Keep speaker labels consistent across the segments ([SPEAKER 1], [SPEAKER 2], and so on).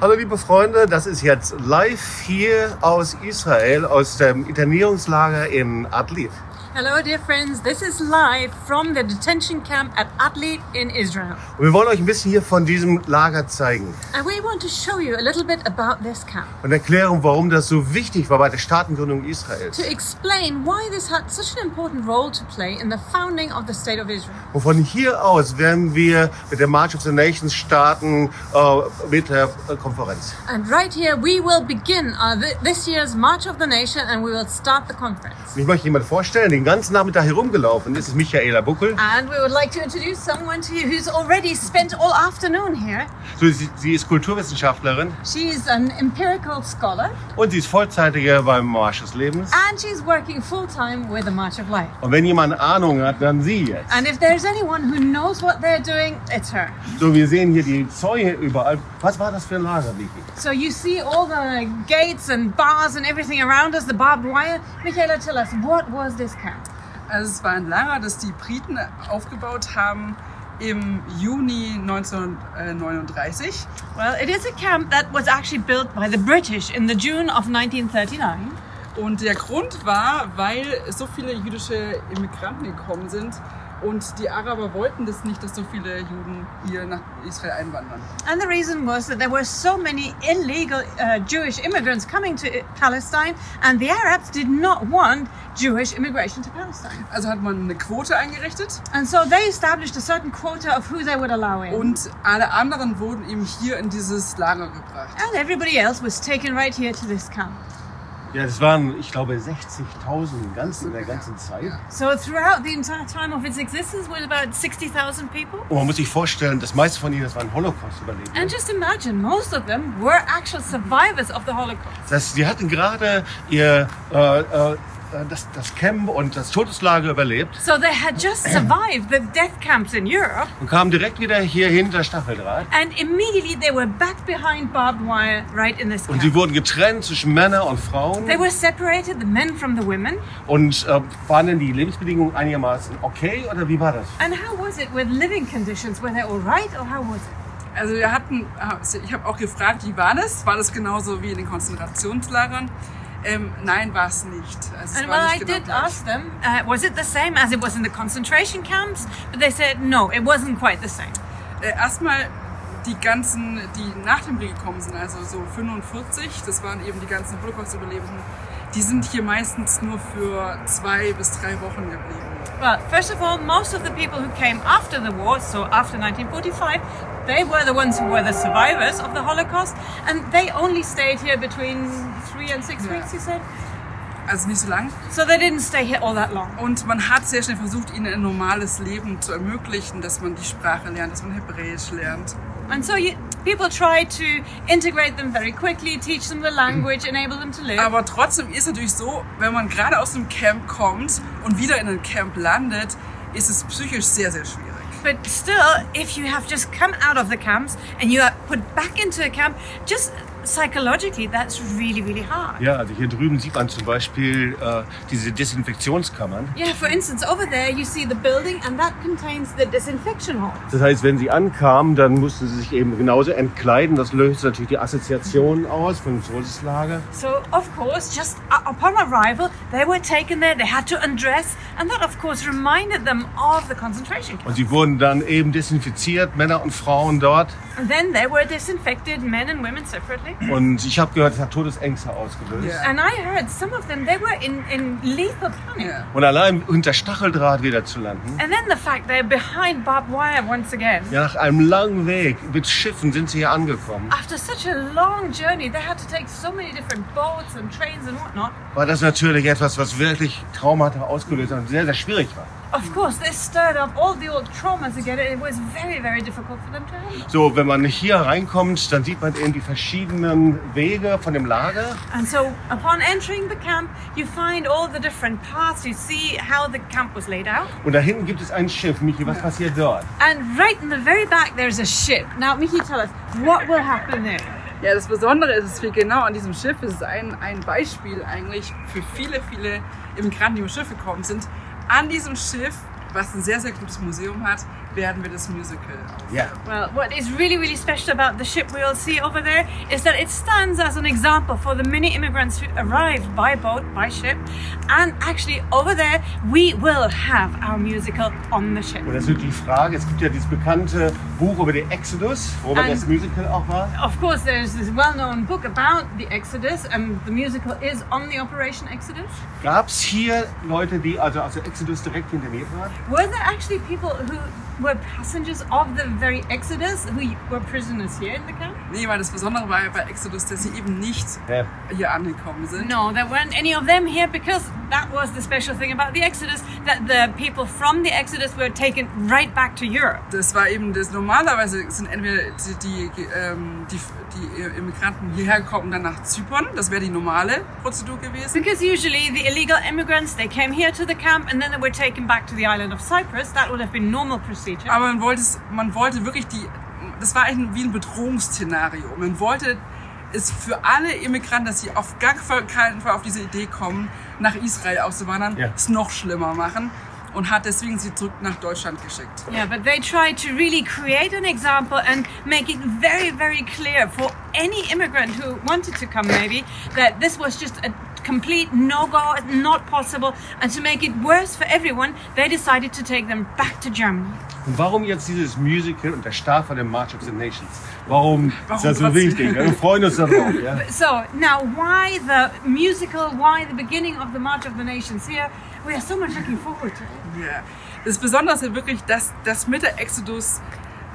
[SPEAKER 1] Hallo liebe Freunde, das ist jetzt live hier aus Israel, aus dem Internierungslager in Adlit.
[SPEAKER 2] Hello, dear friends. This is live from the detention camp at Atlit in Israel.
[SPEAKER 1] Und wir wollen euch ein bisschen hier von diesem Lager zeigen
[SPEAKER 2] And we want to show you a little bit about this camp
[SPEAKER 1] und erklären, warum das so wichtig war bei der Staatengründung Israels,
[SPEAKER 2] to explain why this had such an important role to play in the founding of the State of Israel.
[SPEAKER 1] Und von hier aus werden wir mit der March of the Nations starten äh, mit der äh, Konferenz.
[SPEAKER 2] And right here, we will begin uh, th- this year's March of the Nation and we will start the conference.
[SPEAKER 1] Und Ich möchte jemand vorstellen, den ganzen Nachmittag herumgelaufen ist, ist Michaela Buckel.
[SPEAKER 2] And we would like to introduce someone to you who's already spent all afternoon here.
[SPEAKER 1] So, sie, sie ist Kulturwissenschaftlerin
[SPEAKER 2] She's an empirical scholar
[SPEAKER 1] und sie ist Vollzeitige beim Marsch des Lebens.
[SPEAKER 2] and she's working full time with the March of Life.
[SPEAKER 1] Und wenn jemand Ahnung hat, dann sie jetzt.
[SPEAKER 2] And if there's anyone who knows what they're doing, it's her.
[SPEAKER 1] So, wir sehen hier die Zäune überall. Was war das für ein Lager, Vicky?
[SPEAKER 2] So you see all the gates and bars and everything around us, the barbed wire. Michaela, tell us, what was this camp?
[SPEAKER 3] Also es war ein Lager, das die Briten aufgebaut haben im Juni 1939.
[SPEAKER 2] Well, it is a camp that was actually built by the British in the June of 1939.
[SPEAKER 3] Und der Grund war, weil so viele jüdische Immigranten gekommen sind und die Araber wollten das nicht, dass so viele Juden hier nach Israel einwandern.
[SPEAKER 2] And the reason was that there were so many illegal uh, Jewish immigrants coming to uh, Palestine, and the Arabs did not want Jewish immigration to Palestine.
[SPEAKER 3] Also hat man eine Quote eingerichtet
[SPEAKER 2] And so they established a certain quota of who they would allow in.
[SPEAKER 3] und alle anderen wurden eben hier in dieses Lager gebracht.
[SPEAKER 2] And everybody else was taken right here to this camp.
[SPEAKER 1] Ja, das waren, ich glaube, 60.000 ganz in der ganzen Zeit.
[SPEAKER 2] So throughout the entire time of its existence was about 60,000 people.
[SPEAKER 1] Und Oh, man muss sich vorstellen, das meiste von ihnen, das waren Holocaust-Überlebende.
[SPEAKER 2] And just imagine, most of them were actual survivors of the Holocaust.
[SPEAKER 1] Das heißt, sie hatten gerade ihr äh, äh, das, das Camp und das Todeslager überlebt
[SPEAKER 2] So they had just survived the death camps in Europe
[SPEAKER 1] und kamen direkt wieder hier hinter Stacheldraht.
[SPEAKER 2] and immediately they were back behind barbed wire right in this
[SPEAKER 1] Und sie
[SPEAKER 2] camp.
[SPEAKER 1] wurden getrennt zwischen Männer und
[SPEAKER 2] They
[SPEAKER 1] Frauen
[SPEAKER 2] were separated, the men from the women.
[SPEAKER 1] und äh, waren denn die Lebensbedingungen einigermaßen okay oder wie war das?
[SPEAKER 2] And how was it with living conditions? Were they all right or how was it?
[SPEAKER 3] Also wir hatten, also ich habe auch gefragt, wie war das? War das genauso wie in den Konzentrationslagern? Ähm, nein, war es nicht. Also es
[SPEAKER 2] And
[SPEAKER 3] war
[SPEAKER 2] well, I
[SPEAKER 3] nicht genau
[SPEAKER 2] did
[SPEAKER 3] gleich.
[SPEAKER 2] ask them, uh, was it the same as it was in the concentration camps? But they said, no, it wasn't quite the same.
[SPEAKER 3] Äh, erstmal die ganzen, die nach dem Krieg gekommen sind, also so 45, das waren eben die ganzen Holocaust-Überlebenden, die sind hier meistens nur für zwei bis drei Wochen geblieben.
[SPEAKER 2] Well, first of all, most of the people who came after the war, so after 1945, they were the ones who were the survivors of the Holocaust, and they only stayed here between three and six
[SPEAKER 3] Yeah.
[SPEAKER 2] weeks, you said?
[SPEAKER 3] Also nicht so lang.
[SPEAKER 2] So they didn't stay here all that long.
[SPEAKER 3] Und man hat sehr schnell versucht, ihnen ein normales Leben zu ermöglichen, dass man die Sprache lernt, dass man Hebräisch lernt.
[SPEAKER 2] And so you, people tried to integrate them very quickly, teach them the language, enable them to live.
[SPEAKER 3] Aber trotzdem ist natürlich so, wenn man gerade aus dem Camp kommt und wieder in ein Camp landet, ist es psychisch sehr, sehr schwierig.
[SPEAKER 2] But still, if you have just come out of the camps and you are put back into a camp, just psychologically, that's really, really hard.
[SPEAKER 1] Ja, also hier drüben sieht man zum Beispiel äh, diese Desinfektionskammern.
[SPEAKER 2] Yeah, for instance, over there you see the building, and that contains the disinfection hall.
[SPEAKER 1] Das heißt, wenn sie ankamen, dann mussten sie sich eben genauso entkleiden. Das löste natürlich die Assoziationen aus von dem Todeslager.
[SPEAKER 2] So, of course, just u- upon arrival, they were taken there, they had to undress, and that, of course, reminded them of the concentration camp.
[SPEAKER 1] Und sie wurden dann eben desinfiziert, Männer und Frauen dort.
[SPEAKER 2] And then they were disinfected, men and women separately.
[SPEAKER 1] Und ich habe gehört, es hat Todesängste ausgelöst.
[SPEAKER 3] Ja.
[SPEAKER 2] And I heard some of them, they were in, in lethal panic.
[SPEAKER 3] Ja.
[SPEAKER 1] Und allein unter Stacheldraht wieder zu landen.
[SPEAKER 2] And then the fact they're behind barbed wire once again.
[SPEAKER 1] Ja, nach einem langen Weg mit Schiffen sind sie hier angekommen.
[SPEAKER 2] After such a long journey, they had to take so many different boats and trains and whatnot.
[SPEAKER 1] War das natürlich etwas, was wirklich Traumata ausgelöst hat und sehr, sehr schwierig war.
[SPEAKER 2] Of course, this stirred up all the old traumas again, and it was very, very difficult for them to handle.
[SPEAKER 1] So, wenn man hier reinkommt, dann sieht man eben die verschiedenen Wege von dem Lager.
[SPEAKER 2] And so, upon entering the camp, you find all the different paths, you see how the camp was laid out.
[SPEAKER 1] Und da hinten gibt es ein Schiff. Michi, was passiert dort?
[SPEAKER 2] And right in the very back, there's a ship. Now, Mickey, tell us what will happen there.
[SPEAKER 3] Ja, das Besondere ist, es fehlt genau an diesem Schiff. Es ist ein, ein Beispiel eigentlich für viele, viele Immigranten, die mit Schiff gekommen sind. An diesem Schiff was ein sehr, sehr gutes Museum hat, werden wir das Musical auf.
[SPEAKER 1] Yeah.
[SPEAKER 2] Well, what is really, really special about the ship we'll see over there is that it stands as an example for the many immigrants who arrived by boat, by ship, and actually over there we will have our musical on the ship.
[SPEAKER 1] Und das ist wirklich die Frage, es gibt ja dieses bekannte Buch über den Exodus, worüber
[SPEAKER 2] Ein-
[SPEAKER 1] das Musical auch war.
[SPEAKER 2] Of course, there's this well-known book about the Exodus, and the musical is on the Operation Exodus.
[SPEAKER 1] Gab es hier Leute, die also aus der Exodus direkt hinter mir waren?
[SPEAKER 2] Were there actually people who were passengers of the very Exodus who were prisoners here in the camp?
[SPEAKER 3] Nee, weil das Besondere war ja bei Exodus, dass sie eben nicht
[SPEAKER 1] Ja.
[SPEAKER 3] hier angekommen sind.
[SPEAKER 2] No, there weren't any of them here because that was the special thing about the Exodus that the people from the Exodus were taken right back to Europe.
[SPEAKER 3] Das war eben das. Normalerweise sind entweder die, die, ähm, die, die Immigranten hierher gekommen, dann nach Zypern. Das wäre die normale Prozedur gewesen.
[SPEAKER 2] Because usually the illegal immigrants they came here to the camp and then they were taken back to the island of Cyprus. That would have been normal procedure.
[SPEAKER 3] Aber man wollte, es- man wollte wirklich die. Das war eigentlich wie ein Bedrohungsszenario. Man wollte es für alle Immigranten, dass sie auf gar keinen Fall auf diese Idee kommen, nach Israel auszuwandern,
[SPEAKER 1] Ja.
[SPEAKER 3] es noch schlimmer machen und hat deswegen sie zurück nach Deutschland geschickt.
[SPEAKER 2] yeah, but they tried to really create an example and make it very, very clear for any immigrant who wanted to come, maybe, that this was just a complete no go, not possible. And to make it worse for everyone, they decided to take them back to Germany.
[SPEAKER 1] Und warum jetzt dieses Musical und der Start von dem March of the Nations? Warum, ist
[SPEAKER 3] Warum
[SPEAKER 1] das so
[SPEAKER 3] trotzdem?
[SPEAKER 1] wichtig? Wir freuen uns darauf. Ja?
[SPEAKER 2] So now, why the musical? Why the beginning of the March of the Nations here? We are so much looking forward to it.
[SPEAKER 3] Ja. Das Besondere ist ja wirklich, dass das mit der Exodus,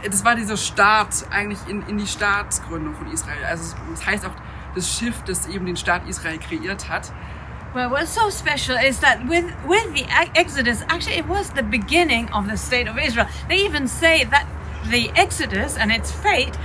[SPEAKER 3] das war dieser Start eigentlich in, in die Staatsgründung von Israel. Also es das heißt auch das Schiff, das eben den Staat Israel kreiert hat.
[SPEAKER 2] Well, what's so special is that with with the ex- Exodus, actually, it was the beginning of the state of Israel. They even say that the Exodus and its fate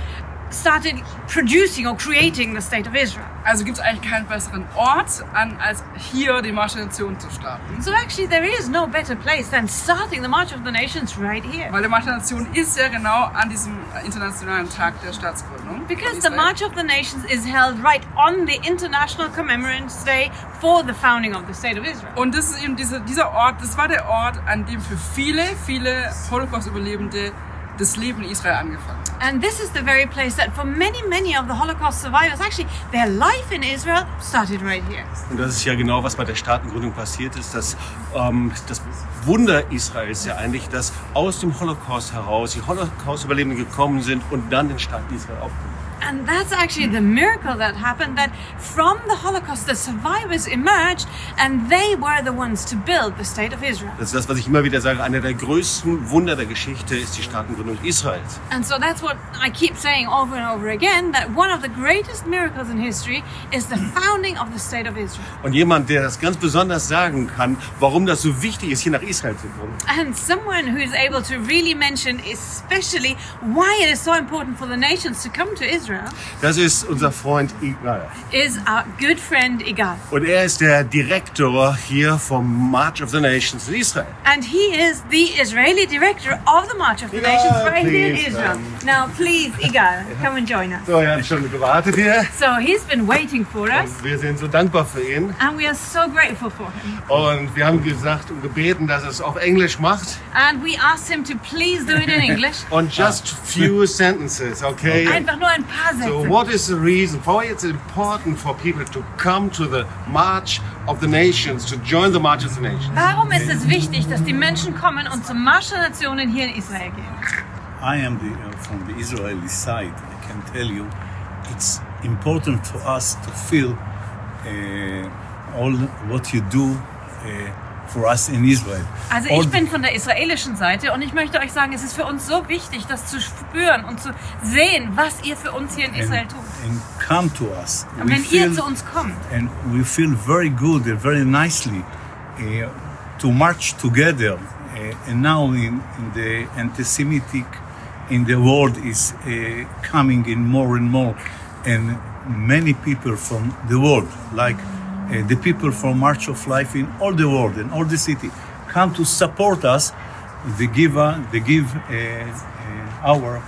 [SPEAKER 2] started producing or creating the state of Israel.
[SPEAKER 3] Also gibt es eigentlich keinen besseren Ort an, als hier die Marsch der Nation zu starten.
[SPEAKER 2] So actually, there is no better place than starting the March of the Nations right here.
[SPEAKER 3] Weil der Marsch der Nation ist ja genau an diesem internationalen Tag der Staatsgründung. von
[SPEAKER 2] Because the
[SPEAKER 3] Israel.
[SPEAKER 2] March of the Nations is held right on the International Commemorative Day for the founding of the State of Israel.
[SPEAKER 3] Und das ist eben diese, dieser Ort, das war der Ort, an dem für viele, viele Holocaust-Überlebende das Leben in Israel angefangen hat.
[SPEAKER 2] And this is the very place that for many, many of the Holocaust survivors, actually, their life in Israel started right here.
[SPEAKER 1] Und das ist ja genau, was bei der Staatengründung passiert ist. Dass, ähm, das Wunder Israels ist ja eigentlich, dass aus dem Holocaust heraus die Holocaust-Überlebenden gekommen sind und dann den Staat Israel aufgebaut.
[SPEAKER 2] And that's actually the miracle that happened that from the Holocaust, the survivors emerged and they were the ones to build the State of Israel.
[SPEAKER 1] Das ist das, was ich immer wieder sage. Einer der größten Wunder der Geschichte ist die Staatengründung Israels.
[SPEAKER 2] And so that's what I keep saying over and over again that one of the greatest miracles in history is the founding of the State of Israel.
[SPEAKER 1] Und jemand, der das ganz besonders sagen kann, warum das so wichtig ist, hier nach Israel zu kommen,
[SPEAKER 2] And someone who is able to really mention, especially, why it is so important for the nations to come to Israel,
[SPEAKER 1] das ist unser Freund Ignal.
[SPEAKER 2] is our good friend Igal.
[SPEAKER 1] Und er ist der Direktor hier vom March of the Nations in Israel.
[SPEAKER 2] And he is the Israeli director of the March of the
[SPEAKER 1] Igal,
[SPEAKER 2] Nations right here in
[SPEAKER 1] please,
[SPEAKER 2] Israel.
[SPEAKER 1] um,
[SPEAKER 2] Now, please, Igal, come and join us.
[SPEAKER 1] So, er hat schon gewartet hier.
[SPEAKER 2] So he's been waiting for us,
[SPEAKER 1] Und wir sind so dankbar für ihn.
[SPEAKER 2] and we are so grateful for him.
[SPEAKER 1] Und wir haben gesagt und gebeten, dass er es auf Englisch macht.
[SPEAKER 2] And we asked him to please do it in English.
[SPEAKER 1] Und just few sentences, okay?
[SPEAKER 2] Einfach nur ein paar Sätze.
[SPEAKER 1] So what is the reason, why it's important for people to come to the March of the Nations, to join the March of the Nations?
[SPEAKER 2] Warum ist es wichtig, dass die Menschen kommen und zum Marsch der Nationen hier in Israel gehen?
[SPEAKER 4] I am the, uh, from the Israeli side. I can tell you, it's important for us to feel uh, all what you do uh, for us in Israel.
[SPEAKER 2] Also
[SPEAKER 4] all
[SPEAKER 2] ich bin von der israelischen Seite und ich möchte euch sagen, es ist für uns so wichtig, das zu spüren und zu sehen, was ihr für uns hier in Israel
[SPEAKER 4] and,
[SPEAKER 2] tut.
[SPEAKER 4] and come to us.
[SPEAKER 2] Und wenn ihr zu uns kommt,
[SPEAKER 4] and we feel very good and very nicely uh, to march together. Uh, and now in, in the anti-Semitic in the world is uh, coming in more and more, and many people from the world, like uh, the people from March of Life in all the world and all the city, come to support us. They give, uh, they give uh, uh, our,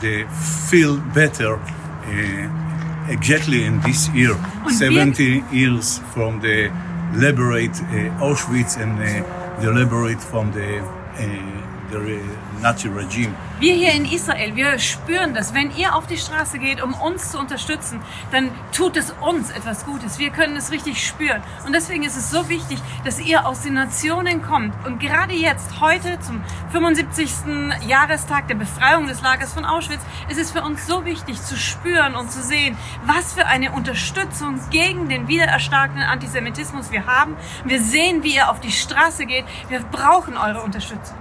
[SPEAKER 4] they feel better. Uh, Exactly in this year,
[SPEAKER 2] Und wir-
[SPEAKER 4] 70 years from the liberate uh, Auschwitz and uh, the liberate from the uh, the re- Nazi regime.
[SPEAKER 2] Wir hier in Israel, wir spüren das. Wenn ihr auf die Straße geht, um uns zu unterstützen, dann tut es uns etwas Gutes. Wir können es richtig spüren. Und deswegen ist es so wichtig, dass ihr aus den Nationen kommt. Und gerade jetzt, heute, zum 75. Jahrestag der Befreiung des Lagers von Auschwitz, ist es für uns so wichtig zu spüren und zu sehen, was für eine Unterstützung gegen den wiedererstarkenden Antisemitismus wir haben. Wir sehen, wie ihr auf die Straße geht. Wir brauchen eure Unterstützung.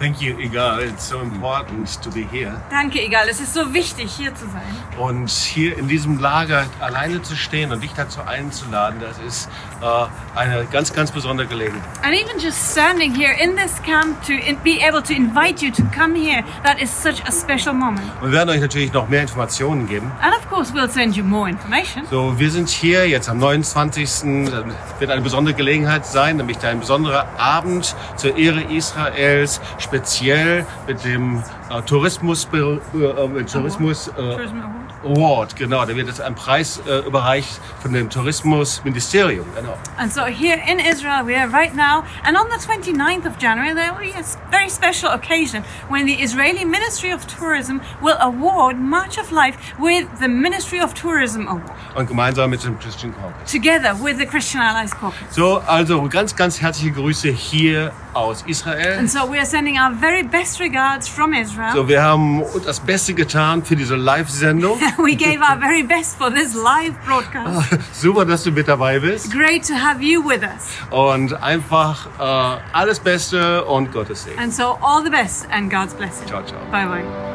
[SPEAKER 1] Thank you, Igal. It's so important to be here.
[SPEAKER 2] Danke, egal. Es ist so wichtig, hier zu sein.
[SPEAKER 1] Und hier in diesem Lager alleine zu stehen und dich dazu einzuladen, das ist äh, eine ganz, ganz besondere Gelegenheit.
[SPEAKER 2] And even just standing here in this camp to in, be able to invite you to come here, that is such a special moment.
[SPEAKER 1] Und wir werden euch natürlich noch mehr Informationen geben.
[SPEAKER 2] And of course, we'll send you more information.
[SPEAKER 1] So, wir sind hier jetzt am 29. Dann wird eine besondere Gelegenheit sein, nämlich ein besonderer Abend zur Ehre Israels, speziell mit dem äh, Tourismus, äh, äh, Tourismus äh,
[SPEAKER 2] Tourism Award.
[SPEAKER 1] Award. Genau, da wird jetzt ein Preis äh, überreicht von dem Tourismusministerium. Genau.
[SPEAKER 2] And so here in Israel, we are right now. And on the 29th of January, there will be a s- very special occasion when the Israeli Ministry of Tourism will award March of Life with the Ministry of Tourism Award,
[SPEAKER 1] Und gemeinsam mit dem Christian Corp.
[SPEAKER 2] together with the Christian Allies Corps.
[SPEAKER 1] So, also ganz, ganz herzliche Grüße hier aus Israel.
[SPEAKER 2] And so we are sending our very best regards from Israel.
[SPEAKER 1] So, wir haben das Beste getan für diese Live-Sendung.
[SPEAKER 2] We gave our very best for this live broadcast.
[SPEAKER 1] Super, dass du mit dabei bist.
[SPEAKER 2] Great to have you with us.
[SPEAKER 1] Und einfach äh, alles Beste und Gottes Segen.
[SPEAKER 2] And so, all the best and God's blessing.
[SPEAKER 1] Ciao, ciao.
[SPEAKER 2] Bye bye.